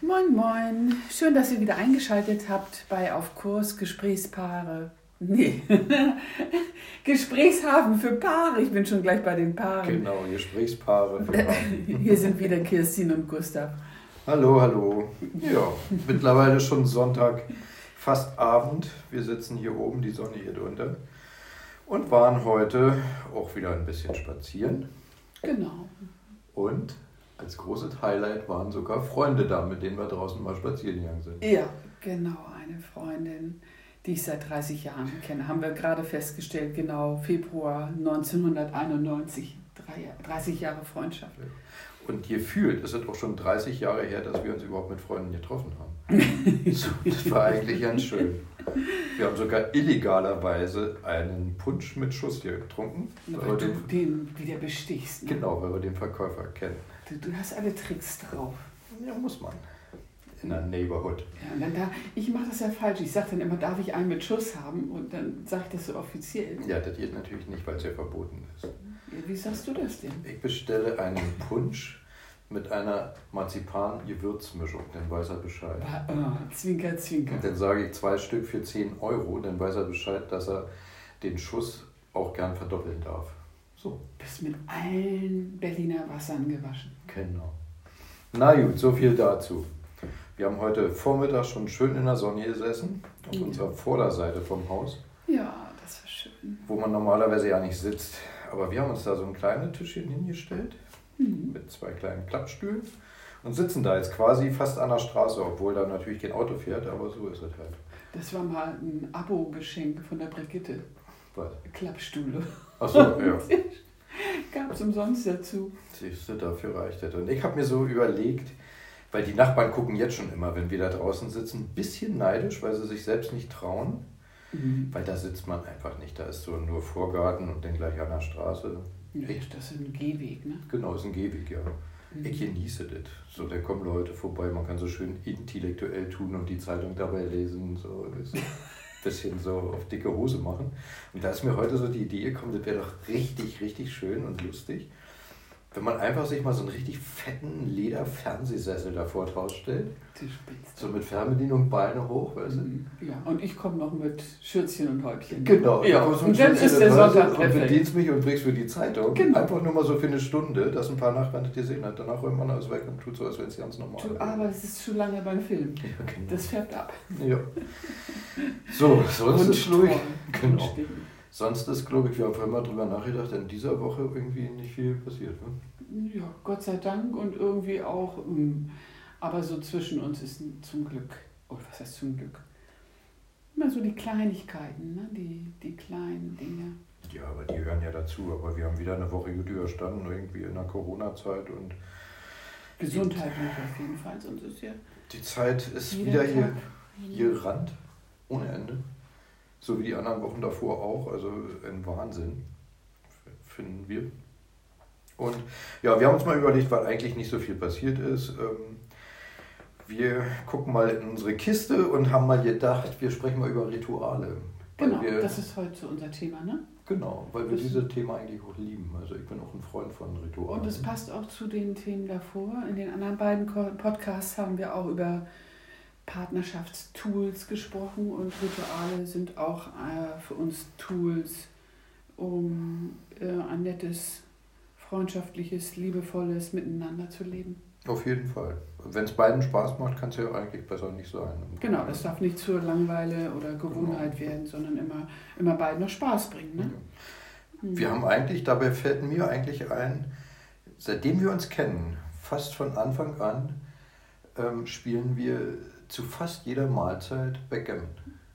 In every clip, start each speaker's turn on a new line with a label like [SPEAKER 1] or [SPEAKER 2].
[SPEAKER 1] Moin, moin. Schön, dass ihr wieder eingeschaltet habt bei Auf Kurs Gesprächspaare. Nee, Gesprächshafen für Paare. Ich bin schon gleich bei den Paaren.
[SPEAKER 2] Genau, Gesprächspaare. für Paare.
[SPEAKER 1] Hier sind wieder Kirstin und Gustav.
[SPEAKER 2] hallo, hallo. Ja, mittlerweile schon Sonntag, fast Abend. Wir sitzen hier oben, die Sonne hier drunter. Und waren heute auch wieder ein bisschen spazieren.
[SPEAKER 1] Genau.
[SPEAKER 2] Und als großes Highlight waren sogar Freunde da, mit denen wir draußen mal spazieren gegangen sind.
[SPEAKER 1] Ja, genau. Eine Freundin, die ich seit 30 Jahren kenne, haben wir gerade festgestellt. Genau, Februar 1991. Drei- 30 Jahre Freundschaft.
[SPEAKER 2] Und gefühlt ist es auch schon 30 Jahre her, dass wir uns überhaupt mit Freunden getroffen haben. so, das war eigentlich ganz schön. Wir haben sogar illegalerweise einen Punsch mit Schuss hier getrunken.
[SPEAKER 1] Weil
[SPEAKER 2] Weil
[SPEAKER 1] du
[SPEAKER 2] wir den,
[SPEAKER 1] den wieder bestichst. Ne?
[SPEAKER 2] genau, weil wir den Verkäufer kennen.
[SPEAKER 1] Du, du hast alle Tricks drauf.
[SPEAKER 2] Ja, muss man. In der Neighborhood.
[SPEAKER 1] Ja, und dann da, ich mache das ja falsch. Ich sage dann immer, darf ich einen mit Schuss haben? Und dann sage ich das so offiziell.
[SPEAKER 2] Ja, das geht natürlich nicht, weil es ja verboten ist.
[SPEAKER 1] Ja, wie sagst du das denn?
[SPEAKER 2] Ich bestelle einen Punsch mit einer Marzipan-Gewürzmischung, dann weiß er Bescheid.
[SPEAKER 1] Ba- Oh, zwinker, zwinker.
[SPEAKER 2] Und dann sage ich zwei Stück für 10 Euro, dann weiß er Bescheid, dass er den Schuss auch gern verdoppeln darf. So,
[SPEAKER 1] Bist mit allen Berliner Wassern gewaschen.
[SPEAKER 2] genau. Na gut, so viel dazu. Wir haben heute Vormittag schon schön in der Sonne gesessen, auf
[SPEAKER 1] Ja.
[SPEAKER 2] unserer Vorderseite vom Haus,
[SPEAKER 1] Ja, das war schön.
[SPEAKER 2] wo man normalerweise ja nicht sitzt. Aber wir haben uns da so ein kleines Tischchen hingestellt
[SPEAKER 1] Hm.
[SPEAKER 2] mit zwei kleinen Klappstühlen und sitzen da jetzt quasi fast an der Straße, obwohl da natürlich kein Auto fährt, aber so ist es halt.
[SPEAKER 1] Das war mal ein Abo-Geschenk von der Brigitte.
[SPEAKER 2] Was?
[SPEAKER 1] Klappstühle.
[SPEAKER 2] Achso, ja.
[SPEAKER 1] Gab es umsonst dazu.
[SPEAKER 2] Siehst du, dafür reicht das. Und ich habe mir so überlegt, weil die Nachbarn gucken jetzt schon immer, wenn wir da draußen sitzen, ein bisschen neidisch, weil sie sich selbst nicht trauen.
[SPEAKER 1] Hm.
[SPEAKER 2] Weil da sitzt man einfach nicht. Da ist so nur Vorgarten und dann gleich an der Straße.
[SPEAKER 1] Ja, das ist ein Gehweg, ne?
[SPEAKER 2] Genau, ist ein Gehweg, ja. Ich genieße das. So, da kommen Leute vorbei, man kann so schön intellektuell tun und die Zeitung dabei lesen. So ist ein bisschen so auf dicke Hose machen. Und da ist mir heute so die Idee gekommen, das wäre doch richtig, richtig schön und lustig, wenn man einfach sich mal so einen richtig fetten Leder-Fernsehsessel davor draus stellt.
[SPEAKER 1] Die Spitze.
[SPEAKER 2] So mit Fernbedienung, Beine hoch, weißt du?
[SPEAKER 1] Mhm. Ja, und ich komme noch mit Schürzchen und Häubchen.
[SPEAKER 2] Genau,
[SPEAKER 1] Ja,
[SPEAKER 2] kommst du
[SPEAKER 1] und
[SPEAKER 2] mit
[SPEAKER 1] dann
[SPEAKER 2] Schützen
[SPEAKER 1] ist
[SPEAKER 2] in
[SPEAKER 1] der
[SPEAKER 2] den Hals
[SPEAKER 1] Sonntag
[SPEAKER 2] Und
[SPEAKER 1] perfekt.
[SPEAKER 2] bedienst mich und bringst mir die Zeitung.
[SPEAKER 1] Genau.
[SPEAKER 2] Einfach nur mal so für eine Stunde, dass ein paar Nachbarn das gesehen hat. Danach räumt man alles weg und tut so, als wenn es ganz normal
[SPEAKER 1] Du
[SPEAKER 2] wäre.
[SPEAKER 1] arbeitest zu ah, lange beim Film.
[SPEAKER 2] Ja, genau.
[SPEAKER 1] Das färbt ab.
[SPEAKER 2] Ja. So, sonst ist, glaube
[SPEAKER 1] Toll.
[SPEAKER 2] ich, genau.
[SPEAKER 1] Stimmt.
[SPEAKER 2] sonst ist, glaube ich, wir haben vorhin mal drüber nachgedacht, in dieser Woche irgendwie nicht viel passiert. Ne?
[SPEAKER 1] Ja, Gott sei Dank und irgendwie auch. ähm, Aber so zwischen uns ist n- zum Glück, oder was heißt zum Glück? Immer so die Kleinigkeiten, ne? die, die kleinen Dinge.
[SPEAKER 2] Ja, aber die hören ja dazu. Aber wir haben wieder eine Woche gut überstanden, irgendwie in der Corona-Zeit. Und
[SPEAKER 1] Gesundheitlich auf jeden Fall, sonst ist ja
[SPEAKER 2] die Zeit ist
[SPEAKER 1] jeder
[SPEAKER 2] wieder hier,
[SPEAKER 1] Tag-
[SPEAKER 2] hier Rand, ohne Ende. So wie die anderen Wochen davor auch. Also ein Wahnsinn, f- finden wir. Und ja, wir haben uns mal überlegt, weil eigentlich nicht so viel passiert ist. Ähm, wir gucken mal in unsere Kiste und haben mal gedacht, wir sprechen mal über Rituale. Weil
[SPEAKER 1] Genau,
[SPEAKER 2] wir,
[SPEAKER 1] das ist heute so unser Thema, ne?
[SPEAKER 2] genau, weil wir
[SPEAKER 1] das-
[SPEAKER 2] dieses Thema eigentlich auch lieben. Also ich bin auch ein Freund von Ritualen.
[SPEAKER 1] Und es passt auch zu den Themen davor. In den anderen beiden Ko- Podcasts haben wir auch über Partnerschaftstools gesprochen und Rituale sind auch äh, für uns Tools, um äh, ein nettes, freundschaftliches, liebevolles Miteinander zu leben.
[SPEAKER 2] Auf jeden Fall. Wenn es beiden Spaß macht, kann es ja eigentlich besser nicht sein.
[SPEAKER 1] Genau, das darf nicht zur Langeweile oder Gewohnheit
[SPEAKER 2] Genau.
[SPEAKER 1] werden, sondern immer, immer beiden noch Spaß bringen. Ne?
[SPEAKER 2] Wir haben eigentlich, dabei fällt mir eigentlich ein, seitdem wir uns kennen, fast von Anfang an, ähm, spielen wir zu fast jeder Mahlzeit Backgammon.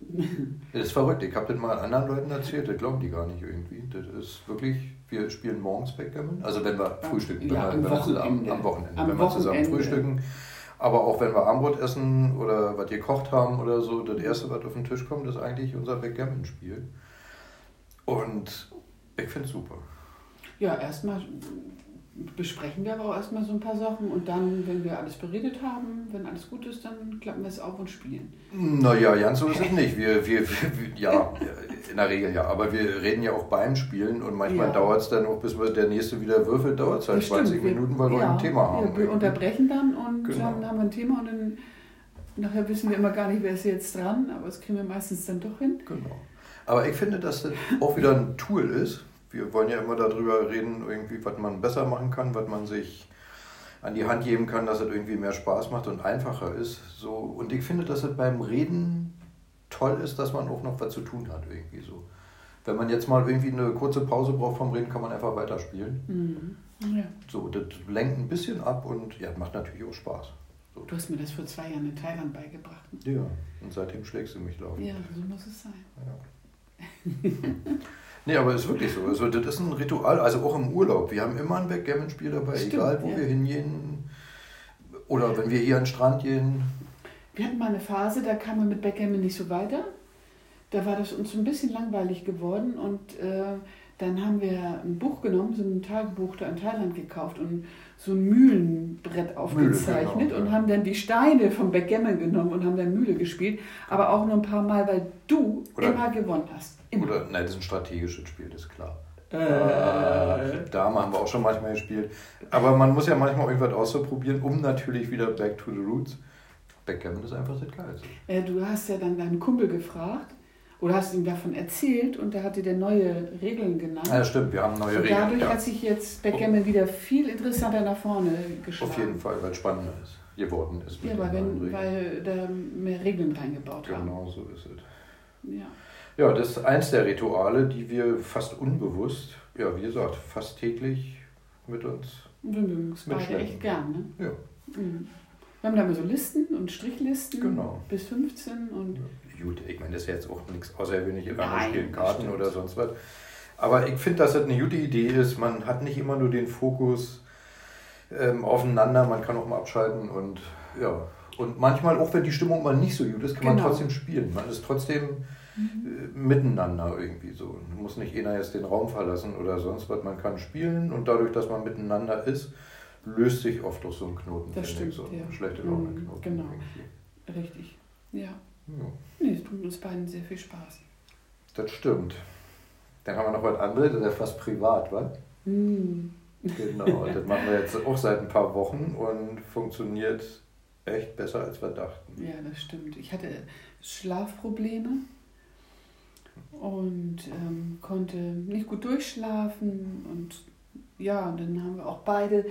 [SPEAKER 1] Mhm.
[SPEAKER 2] Das ist verrückt, ich habe das mal anderen Leuten erzählt, das glauben die gar nicht irgendwie. Das ist wirklich, wir spielen morgens Backgammon, also wenn wir
[SPEAKER 1] Ja,
[SPEAKER 2] frühstücken,
[SPEAKER 1] ja,
[SPEAKER 2] wenn
[SPEAKER 1] am
[SPEAKER 2] wir, wenn wir zusammen,
[SPEAKER 1] Wochenende.
[SPEAKER 2] am Wochenende,
[SPEAKER 1] Am
[SPEAKER 2] wenn wir zusammen
[SPEAKER 1] Wochenende.
[SPEAKER 2] frühstücken. Aber auch wenn wir Armbrot essen oder was gekocht haben oder so, das Erste, was auf den Tisch kommt, ist eigentlich unser Backgammon-Spiel. Und ich finde es super.
[SPEAKER 1] Ja, erstmal besprechen wir aber auch erstmal so ein paar Sachen und dann, wenn wir alles beredet haben, wenn alles gut ist, dann klappen wir es auf und spielen.
[SPEAKER 2] Naja, Jan, so ist es nicht. Wir, wir, wir, ja, in der Regel ja. Aber wir reden ja auch beim Spielen und manchmal
[SPEAKER 1] Ja.
[SPEAKER 2] dauert es dann auch, bis wir- der nächste wieder würfelt, dauert es halt
[SPEAKER 1] Das stimmt,
[SPEAKER 2] 20
[SPEAKER 1] wir-
[SPEAKER 2] Minuten, weil wir
[SPEAKER 1] ja,
[SPEAKER 2] ein Thema haben. ne?
[SPEAKER 1] Wir unterbrechen dann und
[SPEAKER 2] Genau.
[SPEAKER 1] dann haben wir ein Thema und dann nachher wissen wir immer gar nicht, wer ist jetzt dran, aber das kriegen wir meistens dann doch hin.
[SPEAKER 2] Genau. Aber ich finde, dass das auch wieder ein Tool ist. Wir wollen ja immer darüber reden, irgendwie, was man besser machen kann, was man sich an die Hand geben kann, dass es irgendwie mehr Spaß macht und einfacher ist. So. Und ich finde, dass es beim Reden toll ist, dass man auch noch was zu tun hat, irgendwie so. Wenn man jetzt mal irgendwie eine kurze Pause braucht vom Reden, kann man einfach weiterspielen.
[SPEAKER 1] Mhm. Ja.
[SPEAKER 2] So, das lenkt ein bisschen ab und ja, macht natürlich auch Spaß.
[SPEAKER 1] Du hast mir das vor zwei Jahren in Thailand beigebracht. ne?
[SPEAKER 2] Ja. Und seitdem schlägst du mich laufen.
[SPEAKER 1] Ja, so muss es sein.
[SPEAKER 2] Nee, aber ist wirklich so. Also, das ist ein Ritual, also auch im Urlaub. Wir haben immer ein Backgammon-Spiel dabei,
[SPEAKER 1] Stimmt,
[SPEAKER 2] egal wo
[SPEAKER 1] ja.
[SPEAKER 2] wir hingehen. Oder wenn wir hier an den Strand gehen.
[SPEAKER 1] Wir hatten mal eine Phase, da kam man mit Backgammon nicht so weiter. Da war das uns so ein bisschen langweilig geworden und äh, dann haben wir ein Buch genommen, so ein Tagebuch da in Thailand gekauft und so ein Mühlenbrett aufgezeichnet
[SPEAKER 2] Mühle, genau,
[SPEAKER 1] und
[SPEAKER 2] ja.
[SPEAKER 1] haben dann die Steine vom Backgammon genommen und haben dann Mühle gespielt, aber auch nur ein paar Mal, weil du
[SPEAKER 2] Oder-
[SPEAKER 1] immer gewonnen hast. Immer.
[SPEAKER 2] Oder, nein, das ist ein strategisches Spiel, das ist klar.
[SPEAKER 1] Äh,
[SPEAKER 2] Äh, Dame haben wir auch schon manchmal gespielt. Aber man muss ja manchmal irgendwas ausprobieren, um natürlich wieder back to the roots. Backgammon ist einfach das Geilste.
[SPEAKER 1] äh, du hast ja dann deinen Kumpel gefragt oder hast ihm davon erzählt und da hat dir der neue Regeln genannt.
[SPEAKER 2] Ja, stimmt, wir haben neue
[SPEAKER 1] Und dadurch
[SPEAKER 2] Regeln. Ja, Oh.
[SPEAKER 1] hat sich jetzt Backgammon wieder viel interessanter nach vorne geschlagen.
[SPEAKER 2] auf jeden Fall, weil es spannender ist, geworden ist.
[SPEAKER 1] Ja,
[SPEAKER 2] den
[SPEAKER 1] weil,
[SPEAKER 2] neuen
[SPEAKER 1] wenn,
[SPEAKER 2] Regeln.
[SPEAKER 1] weil da mehr Regeln reingebaut haben.
[SPEAKER 2] Genau so ist es.
[SPEAKER 1] Ja.
[SPEAKER 2] Ja, das ist eins der Rituale, die wir fast unbewusst, ja, wie gesagt, fast täglich mit uns.
[SPEAKER 1] Und wir mögen es beide
[SPEAKER 2] Mitschleppen.
[SPEAKER 1] echt gern. Ne?
[SPEAKER 2] Ja,
[SPEAKER 1] Mhm. Wir haben da immer so Listen und Strichlisten
[SPEAKER 2] Genau.
[SPEAKER 1] bis 15 und
[SPEAKER 2] gut, ich meine, das ist jetzt auch nichts Außergewöhnliches, wenn man
[SPEAKER 1] Nein,
[SPEAKER 2] spielen
[SPEAKER 1] das
[SPEAKER 2] Karten
[SPEAKER 1] stimmt.
[SPEAKER 2] oder sonst was. Aber ich finde, dass das eine gute Idee ist. Man hat nicht immer nur den Fokus ähm, aufeinander, man kann auch mal abschalten und ja. Und manchmal, auch wenn die Stimmung mal nicht so gut ist, kann man
[SPEAKER 1] Genau. Mhm.
[SPEAKER 2] trotzdem spielen. Man ist trotzdem äh, miteinander irgendwie so. Muss nicht einer jetzt den Raum verlassen oder sonst was. Man kann spielen und dadurch, dass man miteinander ist, löst sich oft auch so ein Knoten.
[SPEAKER 1] Das
[SPEAKER 2] finde ich,
[SPEAKER 1] stimmt,
[SPEAKER 2] so ein
[SPEAKER 1] ja.
[SPEAKER 2] Schlechte
[SPEAKER 1] Mhm,
[SPEAKER 2] Laune-Knoten.
[SPEAKER 1] genau.
[SPEAKER 2] irgendwie.
[SPEAKER 1] richtig. Ja.
[SPEAKER 2] Ja.
[SPEAKER 1] Nee, es tut uns beiden sehr viel Spaß.
[SPEAKER 2] Das stimmt. Dann haben wir noch was anderes, das ist ja fast privat, wa?
[SPEAKER 1] Mhm.
[SPEAKER 2] Genau, das machen wir jetzt auch seit ein paar Wochen und funktioniert echt besser, als wir dachten.
[SPEAKER 1] Ja, das stimmt. Ich hatte Schlafprobleme und ähm, konnte nicht gut durchschlafen und ja, und dann haben wir auch beide,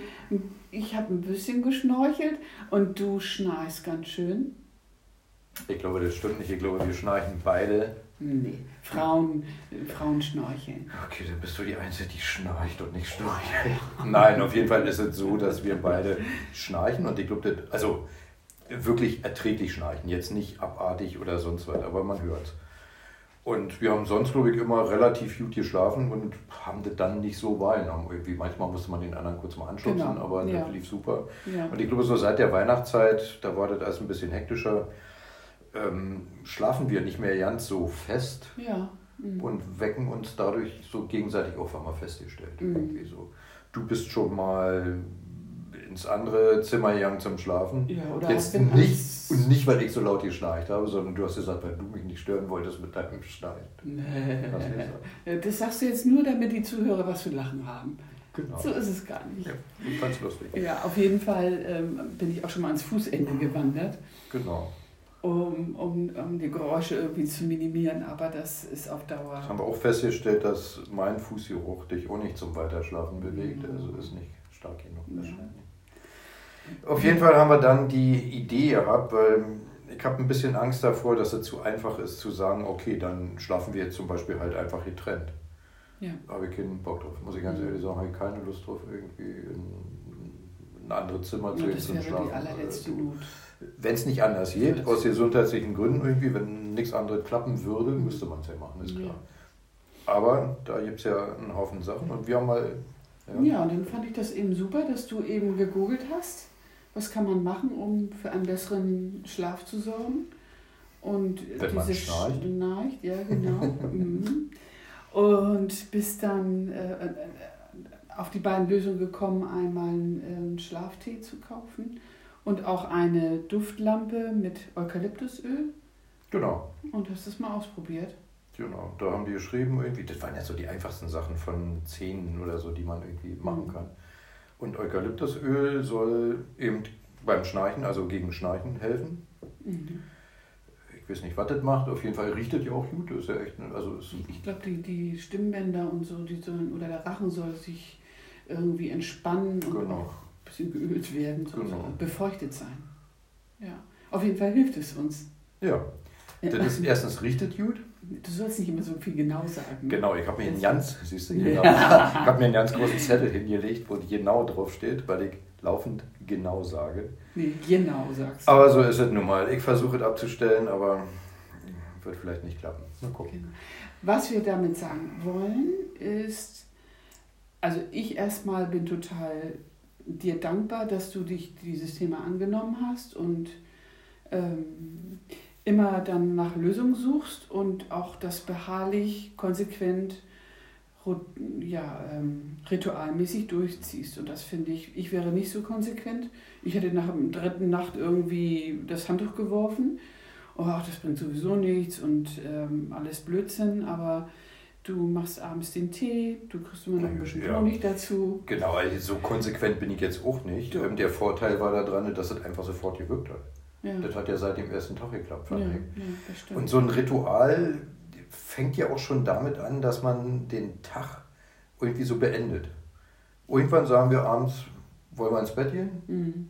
[SPEAKER 1] ich habe ein bisschen geschnorchelt und du schnarchst ganz schön.
[SPEAKER 2] Ich glaube, das stimmt nicht. Ich glaube, wir schnarchen beide.
[SPEAKER 1] Nee, Frauen, äh, Frauen schnorcheln.
[SPEAKER 2] Okay, dann bist du die Einzige, die schnarcht und nicht
[SPEAKER 1] Oh,
[SPEAKER 2] schnarcht. Nein, auf jeden Fall ist es so, dass wir beide schnarchen und ich glaube, das- also wirklich erträglich schnarchen. Jetzt nicht abartig oder sonst was, aber man hört Und wir haben sonst, glaube ich, immer relativ gut geschlafen und haben das dann nicht so wahrgenommen. Irgendwie manchmal musste man den anderen kurz mal anschubsen,
[SPEAKER 1] Genau,
[SPEAKER 2] aber das
[SPEAKER 1] ja.
[SPEAKER 2] lief super.
[SPEAKER 1] Ja.
[SPEAKER 2] Und ich glaube, so seit der Weihnachtszeit, da war das alles ein bisschen hektischer, ähm, schlafen wir nicht mehr ganz so fest
[SPEAKER 1] Ja. mhm.
[SPEAKER 2] und wecken uns dadurch so gegenseitig auf einmal festgestellt.
[SPEAKER 1] Mhm.
[SPEAKER 2] Irgendwie so. Du bist schon mal ins andere Zimmer gegangen zum Schlafen.
[SPEAKER 1] Ja, oder hast
[SPEAKER 2] Jetzt
[SPEAKER 1] du
[SPEAKER 2] nicht,
[SPEAKER 1] Angst?
[SPEAKER 2] und nicht, weil ich so laut geschnarcht habe, sondern du hast gesagt, weil du mich nicht stören wolltest mit deinem Schnarchen. Hast du gesagt.
[SPEAKER 1] Nee. Äh, Das sagst du jetzt nur, damit die Zuhörer was zu lachen haben.
[SPEAKER 2] Genau.
[SPEAKER 1] So ist es gar nicht.
[SPEAKER 2] Ja, ich fand's lustig.
[SPEAKER 1] Ja, auf jeden Fall ähm, bin ich auch schon mal ans Fußende gewandert,
[SPEAKER 2] Genau.
[SPEAKER 1] um, um, um die Geräusche irgendwie zu minimieren, aber das ist auf Dauer.
[SPEAKER 2] Das haben wir auch festgestellt, dass mein Fußgeruch dich auch nicht zum Weiterschlafen bewegt.
[SPEAKER 1] Ja.
[SPEAKER 2] Also ist nicht stark genug
[SPEAKER 1] Mhm. Ja.
[SPEAKER 2] wahrscheinlich. Auf jeden Fall haben wir dann die Idee gehabt, weil ich habe ein bisschen Angst davor, dass es zu einfach ist zu sagen, okay, dann schlafen wir jetzt zum Beispiel halt einfach getrennt.
[SPEAKER 1] Ja.
[SPEAKER 2] Habe ich keinen Bock drauf. Muss ich ganz
[SPEAKER 1] Mhm.
[SPEAKER 2] ehrlich sagen, habe ich keine Lust drauf, irgendwie in ein anderes Zimmer zu
[SPEAKER 1] Nur
[SPEAKER 2] gehen
[SPEAKER 1] das
[SPEAKER 2] zum
[SPEAKER 1] wäre
[SPEAKER 2] Schlafen. also,
[SPEAKER 1] die allerletzte Not.
[SPEAKER 2] Wenn es nicht anders geht,
[SPEAKER 1] Ja.
[SPEAKER 2] aus gesundheitlichen Gründen irgendwie, wenn nichts anderes klappen würde, müsste man es ja machen, ist
[SPEAKER 1] Ja.
[SPEAKER 2] klar. Aber da gibt es ja einen Haufen Sachen und wir haben mal.
[SPEAKER 1] Ja. und dann fand ich das eben super, dass du eben gegoogelt hast, was kann man machen, um für einen besseren Schlaf zu sorgen. Und
[SPEAKER 2] Wenn man schnarcht.
[SPEAKER 1] Schnarcht, ja genau. mhm. Und bist dann äh, äh, auf die beiden Lösungen gekommen, einmal einen äh, Schlaftee zu kaufen und auch eine Duftlampe mit Eukalyptusöl.
[SPEAKER 2] Genau,
[SPEAKER 1] Und hast es mal ausprobiert.
[SPEAKER 2] genau. Da haben die geschrieben, irgendwie, das waren ja so die einfachsten Sachen von Zähnen oder so, die man irgendwie machen
[SPEAKER 1] Mhm.
[SPEAKER 2] kann. Und Eukalyptusöl soll eben beim Schnarchen, also gegen Schnarchen helfen.
[SPEAKER 1] Mhm.
[SPEAKER 2] Ich weiß nicht, was das macht. Auf jeden Fall riecht das ja auch gut. Das ist ja echt, ne, also ist
[SPEAKER 1] Ich glaube, die, die Stimmbänder und so, die sollen, oder der Rachen soll sich irgendwie entspannen und
[SPEAKER 2] Genau.
[SPEAKER 1] auch ein bisschen geölt werden, so
[SPEAKER 2] Genau.
[SPEAKER 1] so befeuchtet sein. Ja, auf jeden Fall hilft es uns.
[SPEAKER 2] Ja,
[SPEAKER 1] Ja.
[SPEAKER 2] das ist erstens richtet gut.
[SPEAKER 1] Du sollst nicht immer so viel genau sagen.
[SPEAKER 2] Genau, ich habe mir einen
[SPEAKER 1] Jetzt-
[SPEAKER 2] ganz, siehst du,
[SPEAKER 1] Ja.
[SPEAKER 2] genau, ich habe mir einen ganz großen Zettel hingelegt, wo genau drauf steht, weil ich laufend genau sage.
[SPEAKER 1] Nee, genau sagst du.
[SPEAKER 2] Aber so ist es nun mal. Ich versuche es abzustellen, aber wird vielleicht nicht klappen. Mal gucken.
[SPEAKER 1] Genau. Was wir damit sagen wollen, ist, also ich erstmal bin total dir dankbar, dass du dich dieses Thema angenommen hast und ähm, immer dann nach Lösungen suchst und auch das beharrlich, konsequent, ru- ja, ähm, ritualmäßig durchziehst. Und das finde ich, ich wäre nicht so konsequent. Ich hätte nach der dritten Nacht irgendwie das Handtuch geworfen oh, das bringt sowieso nichts und ähm, alles Blödsinn, aber du machst abends den Tee, du kriegst immer noch ein bisschen
[SPEAKER 2] Ja.
[SPEAKER 1] Honig dazu.
[SPEAKER 2] Genau, also so konsequent bin ich jetzt auch nicht. Ähm, Der Vorteil war daran, dass es einfach sofort gewirkt hat.
[SPEAKER 1] Ja,
[SPEAKER 2] Das hat ja seit dem ersten Tag geklappt,
[SPEAKER 1] ja,
[SPEAKER 2] fand ich.
[SPEAKER 1] ja das stimmt.
[SPEAKER 2] Und so ein Ritual fängt ja auch schon damit an, dass man den Tag irgendwie so beendet. Irgendwann sagen wir abends, wollen wir ins Bett gehen?
[SPEAKER 1] mhm.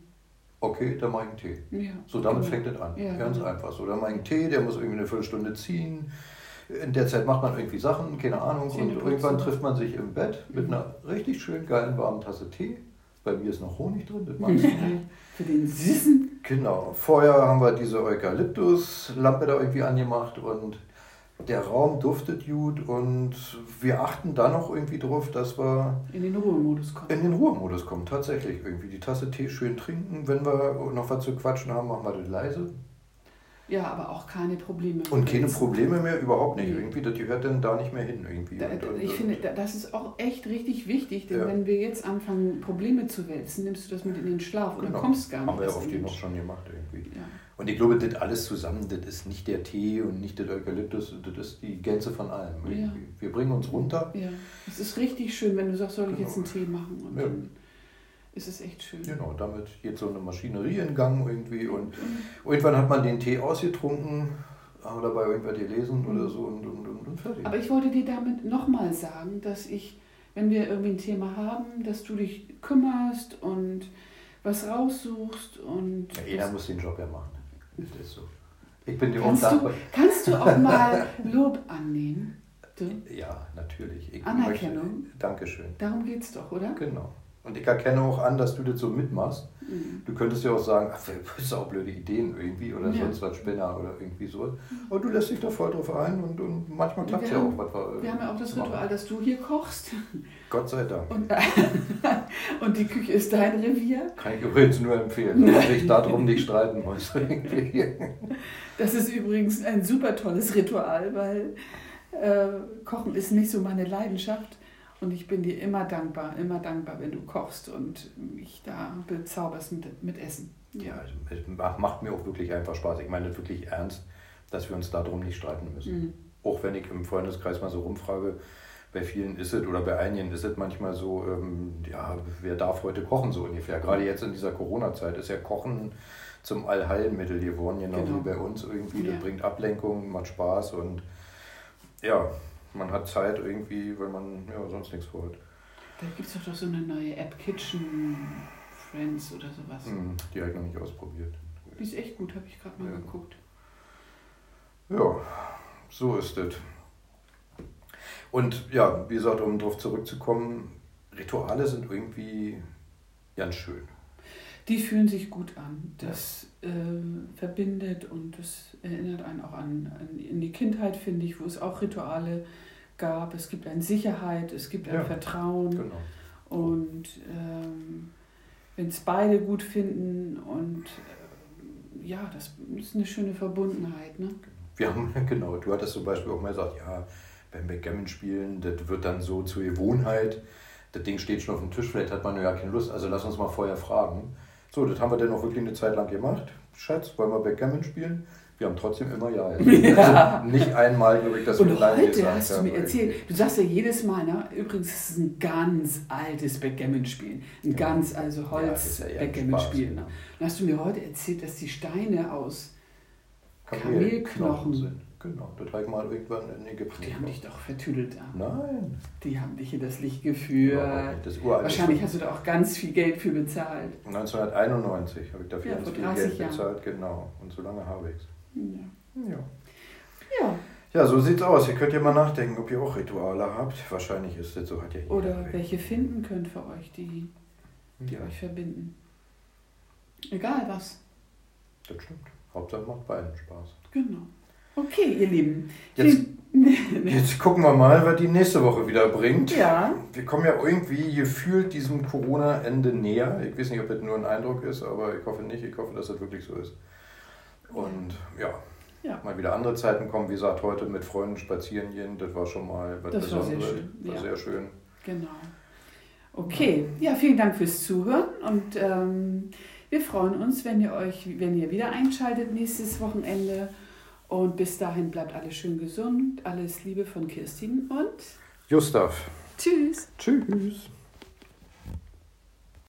[SPEAKER 2] Okay, dann mache ich einen Tee.
[SPEAKER 1] ja,
[SPEAKER 2] So, damit
[SPEAKER 1] genau.
[SPEAKER 2] fängt das an.
[SPEAKER 1] Ja,
[SPEAKER 2] Ganz
[SPEAKER 1] genau.
[SPEAKER 2] einfach. So, dann mache ich einen Tee, der muss irgendwie eine Viertelstunde ziehen. In der Zeit macht man irgendwie Sachen, keine Ahnung.
[SPEAKER 1] Zähne
[SPEAKER 2] Und
[SPEAKER 1] putzen.
[SPEAKER 2] irgendwann trifft man sich im Bett mit einer richtig schön geilen warmen Tasse Tee. Bei mir ist noch Honig drin, das magst du nicht.
[SPEAKER 1] Für den Sissen.
[SPEAKER 2] Genau. Vorher haben wir diese Eukalyptuslampe da irgendwie angemacht und der Raum duftet gut und wir achten dann noch irgendwie drauf, dass wir
[SPEAKER 1] In den Ruhemodus kommen.
[SPEAKER 2] in den Ruhemodus kommen. Tatsächlich irgendwie die Tasse Tee schön trinken. Wenn wir noch was zu quatschen haben, machen wir das leise.
[SPEAKER 1] Ja, aber auch keine Probleme.
[SPEAKER 2] Und keine Probleme mehr, überhaupt nicht.
[SPEAKER 1] Nee.
[SPEAKER 2] Irgendwie, das gehört dann da nicht mehr hin irgendwie.
[SPEAKER 1] Da,
[SPEAKER 2] und, und,
[SPEAKER 1] ich
[SPEAKER 2] und.
[SPEAKER 1] finde, da, das ist auch echt richtig wichtig, denn
[SPEAKER 2] Ja.
[SPEAKER 1] wenn wir jetzt anfangen, Probleme zu wälzen, nimmst du das mit in den Schlaf oder
[SPEAKER 2] Genau.
[SPEAKER 1] kommst gar nicht.
[SPEAKER 2] Haben wir ja
[SPEAKER 1] erst
[SPEAKER 2] auf
[SPEAKER 1] in
[SPEAKER 2] die
[SPEAKER 1] den
[SPEAKER 2] noch schon gemacht irgendwie.
[SPEAKER 1] Schlaf. Ja.
[SPEAKER 2] Und ich glaube, das alles zusammen, das ist nicht der Tee und nicht der Eukalyptus, das ist die Gänze von allem.
[SPEAKER 1] Ja.
[SPEAKER 2] Wir bringen uns runter.
[SPEAKER 1] Ja, es ist richtig schön, wenn du sagst, soll ich jetzt einen Tee machen? Und
[SPEAKER 2] Genau. Ja.
[SPEAKER 1] dann ist es echt schön.
[SPEAKER 2] Genau, damit geht so eine Maschinerie in Gang irgendwie und irgendwann hat man den Tee ausgetrunken, haben dabei irgendwas gelesen oder so und, und, und, und fertig.
[SPEAKER 1] Mhm. Aber ich wollte dir damit nochmal sagen, dass ich, wenn wir irgendwie ein Thema haben, dass du dich kümmerst und was raussuchst und
[SPEAKER 2] ja, jeder muss den Job ja machen. Das ist so. Ich bin dir auch
[SPEAKER 1] kannst, du,
[SPEAKER 2] dankbar.
[SPEAKER 1] kannst du auch mal Lob annehmen? Du?
[SPEAKER 2] Ja, natürlich. Ich
[SPEAKER 1] Anerkennung?
[SPEAKER 2] Möchte, Dankeschön.
[SPEAKER 1] Darum geht's doch, oder?
[SPEAKER 2] Genau. Und ich erkenne auch an, dass du das so mitmachst.
[SPEAKER 1] Mhm.
[SPEAKER 2] Du könntest ja auch sagen, ach, das ist auch blöde Ideen irgendwie oder
[SPEAKER 1] Ja.
[SPEAKER 2] sonst was Spinner oder irgendwie so. Aber du lässt dich da voll drauf ein und, und manchmal
[SPEAKER 1] Und
[SPEAKER 2] klappt es
[SPEAKER 1] wir
[SPEAKER 2] ja auch.
[SPEAKER 1] haben-
[SPEAKER 2] Was wir,
[SPEAKER 1] Wir haben ja auch das
[SPEAKER 2] machen.
[SPEAKER 1] Ritual, dass du hier kochst
[SPEAKER 2] Gott sei Dank.
[SPEAKER 1] und, und die Küche ist dein Revier.
[SPEAKER 2] Kann ich übrigens nur empfehlen, dass ich darum nicht streiten muss. Irgendwie.
[SPEAKER 1] Das ist übrigens ein super tolles Ritual, weil äh, Kochen ist nicht so meine Leidenschaft. Und ich bin dir immer dankbar, immer dankbar, wenn du kochst und mich da bezauberst mit, mit Essen.
[SPEAKER 2] ja, also, es ma- macht mir auch wirklich einfach Spaß. Ich meine das wirklich ernst, dass wir uns darum nicht streiten müssen.
[SPEAKER 1] Mhm.
[SPEAKER 2] Auch wenn ich im Freundeskreis mal so rumfrage, bei vielen ist es oder bei einigen ist es manchmal so, ähm, ja, wer darf heute kochen so ungefähr. Gerade jetzt in dieser Corona-Zeit ist ja Kochen zum Allheilmittel geworden, genau,
[SPEAKER 1] Genau.
[SPEAKER 2] wie bei uns irgendwie.
[SPEAKER 1] Ja.
[SPEAKER 2] Das bringt Ablenkung, macht Spaß und ja, man hat Zeit irgendwie, weil man ja sonst nichts vorhat.
[SPEAKER 1] Da gibt es doch, doch so eine neue App, Kitchen Friends oder sowas.
[SPEAKER 2] Hm, die habe ich noch nicht ausprobiert.
[SPEAKER 1] Die ist echt gut, habe ich gerade mal
[SPEAKER 2] Ja.
[SPEAKER 1] geguckt.
[SPEAKER 2] Ja, so ist es. Und ja, wie gesagt, um darauf zurückzukommen, Rituale sind irgendwie ganz schön.
[SPEAKER 1] Die fühlen sich gut an. Das äh, verbindet und das erinnert einen auch an, an in die Kindheit, finde ich, wo es auch Rituale gab. Es gibt eine Sicherheit, es gibt ein
[SPEAKER 2] Ja.
[SPEAKER 1] Vertrauen.
[SPEAKER 2] Genau.
[SPEAKER 1] Und ähm, wenn es beide gut finden und ähm, ja, das ist eine schöne Verbundenheit. Ne?
[SPEAKER 2] Wir haben, genau, du hattest zum Beispiel auch mal gesagt, ja, beim Backgammon spielen, das wird dann so zur Gewohnheit. das Ding steht schon auf dem Tisch, vielleicht hat man ja keine Lust, also lass uns mal vorher fragen. So, das haben wir dann auch wirklich eine Zeit lang gemacht. Schatz, wollen wir Backgammon spielen? Wir haben trotzdem immer Ja. Also
[SPEAKER 1] Ja.
[SPEAKER 2] nicht einmal, glaube ich, dass wir
[SPEAKER 1] Und
[SPEAKER 2] Nein
[SPEAKER 1] heute
[SPEAKER 2] gesagt
[SPEAKER 1] hast du
[SPEAKER 2] haben.
[SPEAKER 1] mir erzählt, du sagst ja jedes Mal, ne? übrigens, es ist ein ganz altes Backgammon-Spiel. Ein
[SPEAKER 2] Ja.
[SPEAKER 1] ganz, also
[SPEAKER 2] Ja, ist ja eher ein
[SPEAKER 1] Holz-Backgammon-Spiel.
[SPEAKER 2] Spaß.
[SPEAKER 1] Ne? Dann hast du mir heute erzählt, dass die Steine aus, Kamelknochen.
[SPEAKER 2] sind. Genau, das habe ich mal irgendwann in Ägypten.
[SPEAKER 1] die haben dich doch vertüdelt. Ne?
[SPEAKER 2] Nein.
[SPEAKER 1] Die haben dich in das Licht
[SPEAKER 2] überhaupt
[SPEAKER 1] geführt.
[SPEAKER 2] nicht. Das uralte
[SPEAKER 1] Wahrscheinlich
[SPEAKER 2] Spiel.
[SPEAKER 1] hast du da auch ganz viel Geld für bezahlt.
[SPEAKER 2] 1991 habe ich dafür
[SPEAKER 1] Ja,
[SPEAKER 2] ganz
[SPEAKER 1] vor
[SPEAKER 2] viel
[SPEAKER 1] 30
[SPEAKER 2] Geld
[SPEAKER 1] Jahren.
[SPEAKER 2] bezahlt, genau. Und so lange habe ich es.
[SPEAKER 1] Ja.
[SPEAKER 2] Ja.
[SPEAKER 1] ja.
[SPEAKER 2] ja, so sieht's aus. Ihr könnt ja mal nachdenken, ob ihr auch Rituale habt. Wahrscheinlich ist das so, hat ja jeder.
[SPEAKER 1] Oder welche finden könnt für euch, die, die
[SPEAKER 2] Ja,
[SPEAKER 1] euch verbinden. Egal was.
[SPEAKER 2] das stimmt. Hauptsache macht beiden Spaß.
[SPEAKER 1] Genau. Okay, ihr Lieben.
[SPEAKER 2] Jetzt,
[SPEAKER 1] Vielen-
[SPEAKER 2] jetzt gucken wir mal, was die nächste Woche wieder bringt.
[SPEAKER 1] ja.
[SPEAKER 2] Wir kommen ja irgendwie gefühlt diesem Corona-Ende näher. Ich weiß nicht, ob das nur ein Eindruck ist, aber ich hoffe nicht. Ich hoffe, dass das wirklich so ist. Und ja,
[SPEAKER 1] Ja.
[SPEAKER 2] mal wieder andere Zeiten kommen. Wie gesagt, heute mit Freunden spazieren gehen, das war schon mal was
[SPEAKER 1] Das war sehr
[SPEAKER 2] Besonderes.
[SPEAKER 1] schön,
[SPEAKER 2] War
[SPEAKER 1] ja.
[SPEAKER 2] sehr schön.
[SPEAKER 1] Genau. Okay, ja, vielen Dank fürs Zuhören und ähm, wir freuen uns, wenn ihr euch, wenn ihr wieder einschaltet nächstes Wochenende. Und bis dahin bleibt alles schön gesund, alles Liebe von Kirstin und
[SPEAKER 2] Gustav,
[SPEAKER 1] tschüss.
[SPEAKER 2] tschüss.